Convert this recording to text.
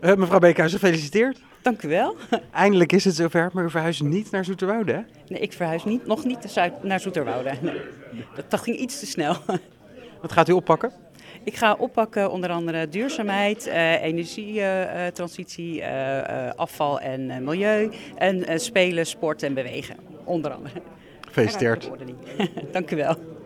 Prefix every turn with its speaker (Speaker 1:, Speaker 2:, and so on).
Speaker 1: Eh, mevrouw Beekhuis, gefeliciteerd.
Speaker 2: Dank u wel.
Speaker 1: Eindelijk is het zover, maar u verhuist niet naar Zoeterwoude, hè?
Speaker 2: Nee, ik verhuis niet, nog niet naar Zuid- naar Zoeterwoude. Nee. Dat, dat ging iets te snel.
Speaker 1: Wat gaat u oppakken?
Speaker 2: Ik ga oppakken onder andere duurzaamheid, eh, energietransitie, afval en eh, milieu. En eh, spelen, sport en bewegen, onder andere.
Speaker 1: Gefeliciteerd.
Speaker 2: Dank u wel.